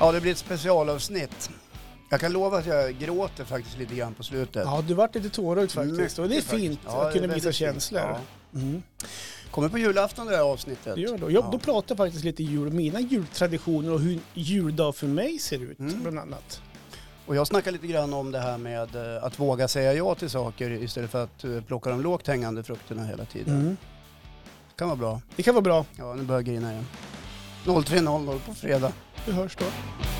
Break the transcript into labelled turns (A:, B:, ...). A: Ja, det blir ett specialavsnitt. Jag kan lova att jag gråter faktiskt lite grann på slutet.
B: Ja, du vart lite tårögd faktiskt. Och det är
A: Mycket
B: fint
A: faktiskt. Ja,
B: att kunna
A: det är
B: visa
A: väldigt fint.
B: känslor. Mm.
A: Kommer på julafton det här avsnittet.
B: Det gör
A: Ja.
B: då. Jag, då pratar jag faktiskt lite jul, mina jultraditioner och hur juldag för mig ser ut
A: Mm.
B: bland annat.
A: Och jag snackar lite grann om det här med eh, att våga säga ja till saker istället för att eh, plocka de lågt hängande frukterna hela
B: Mm.
A: tiden. Kan vara bra.
B: Det kan vara bra.
A: Ja, nu börjar jag grina igen. 03.00 på fredag.
B: Vi hörs då.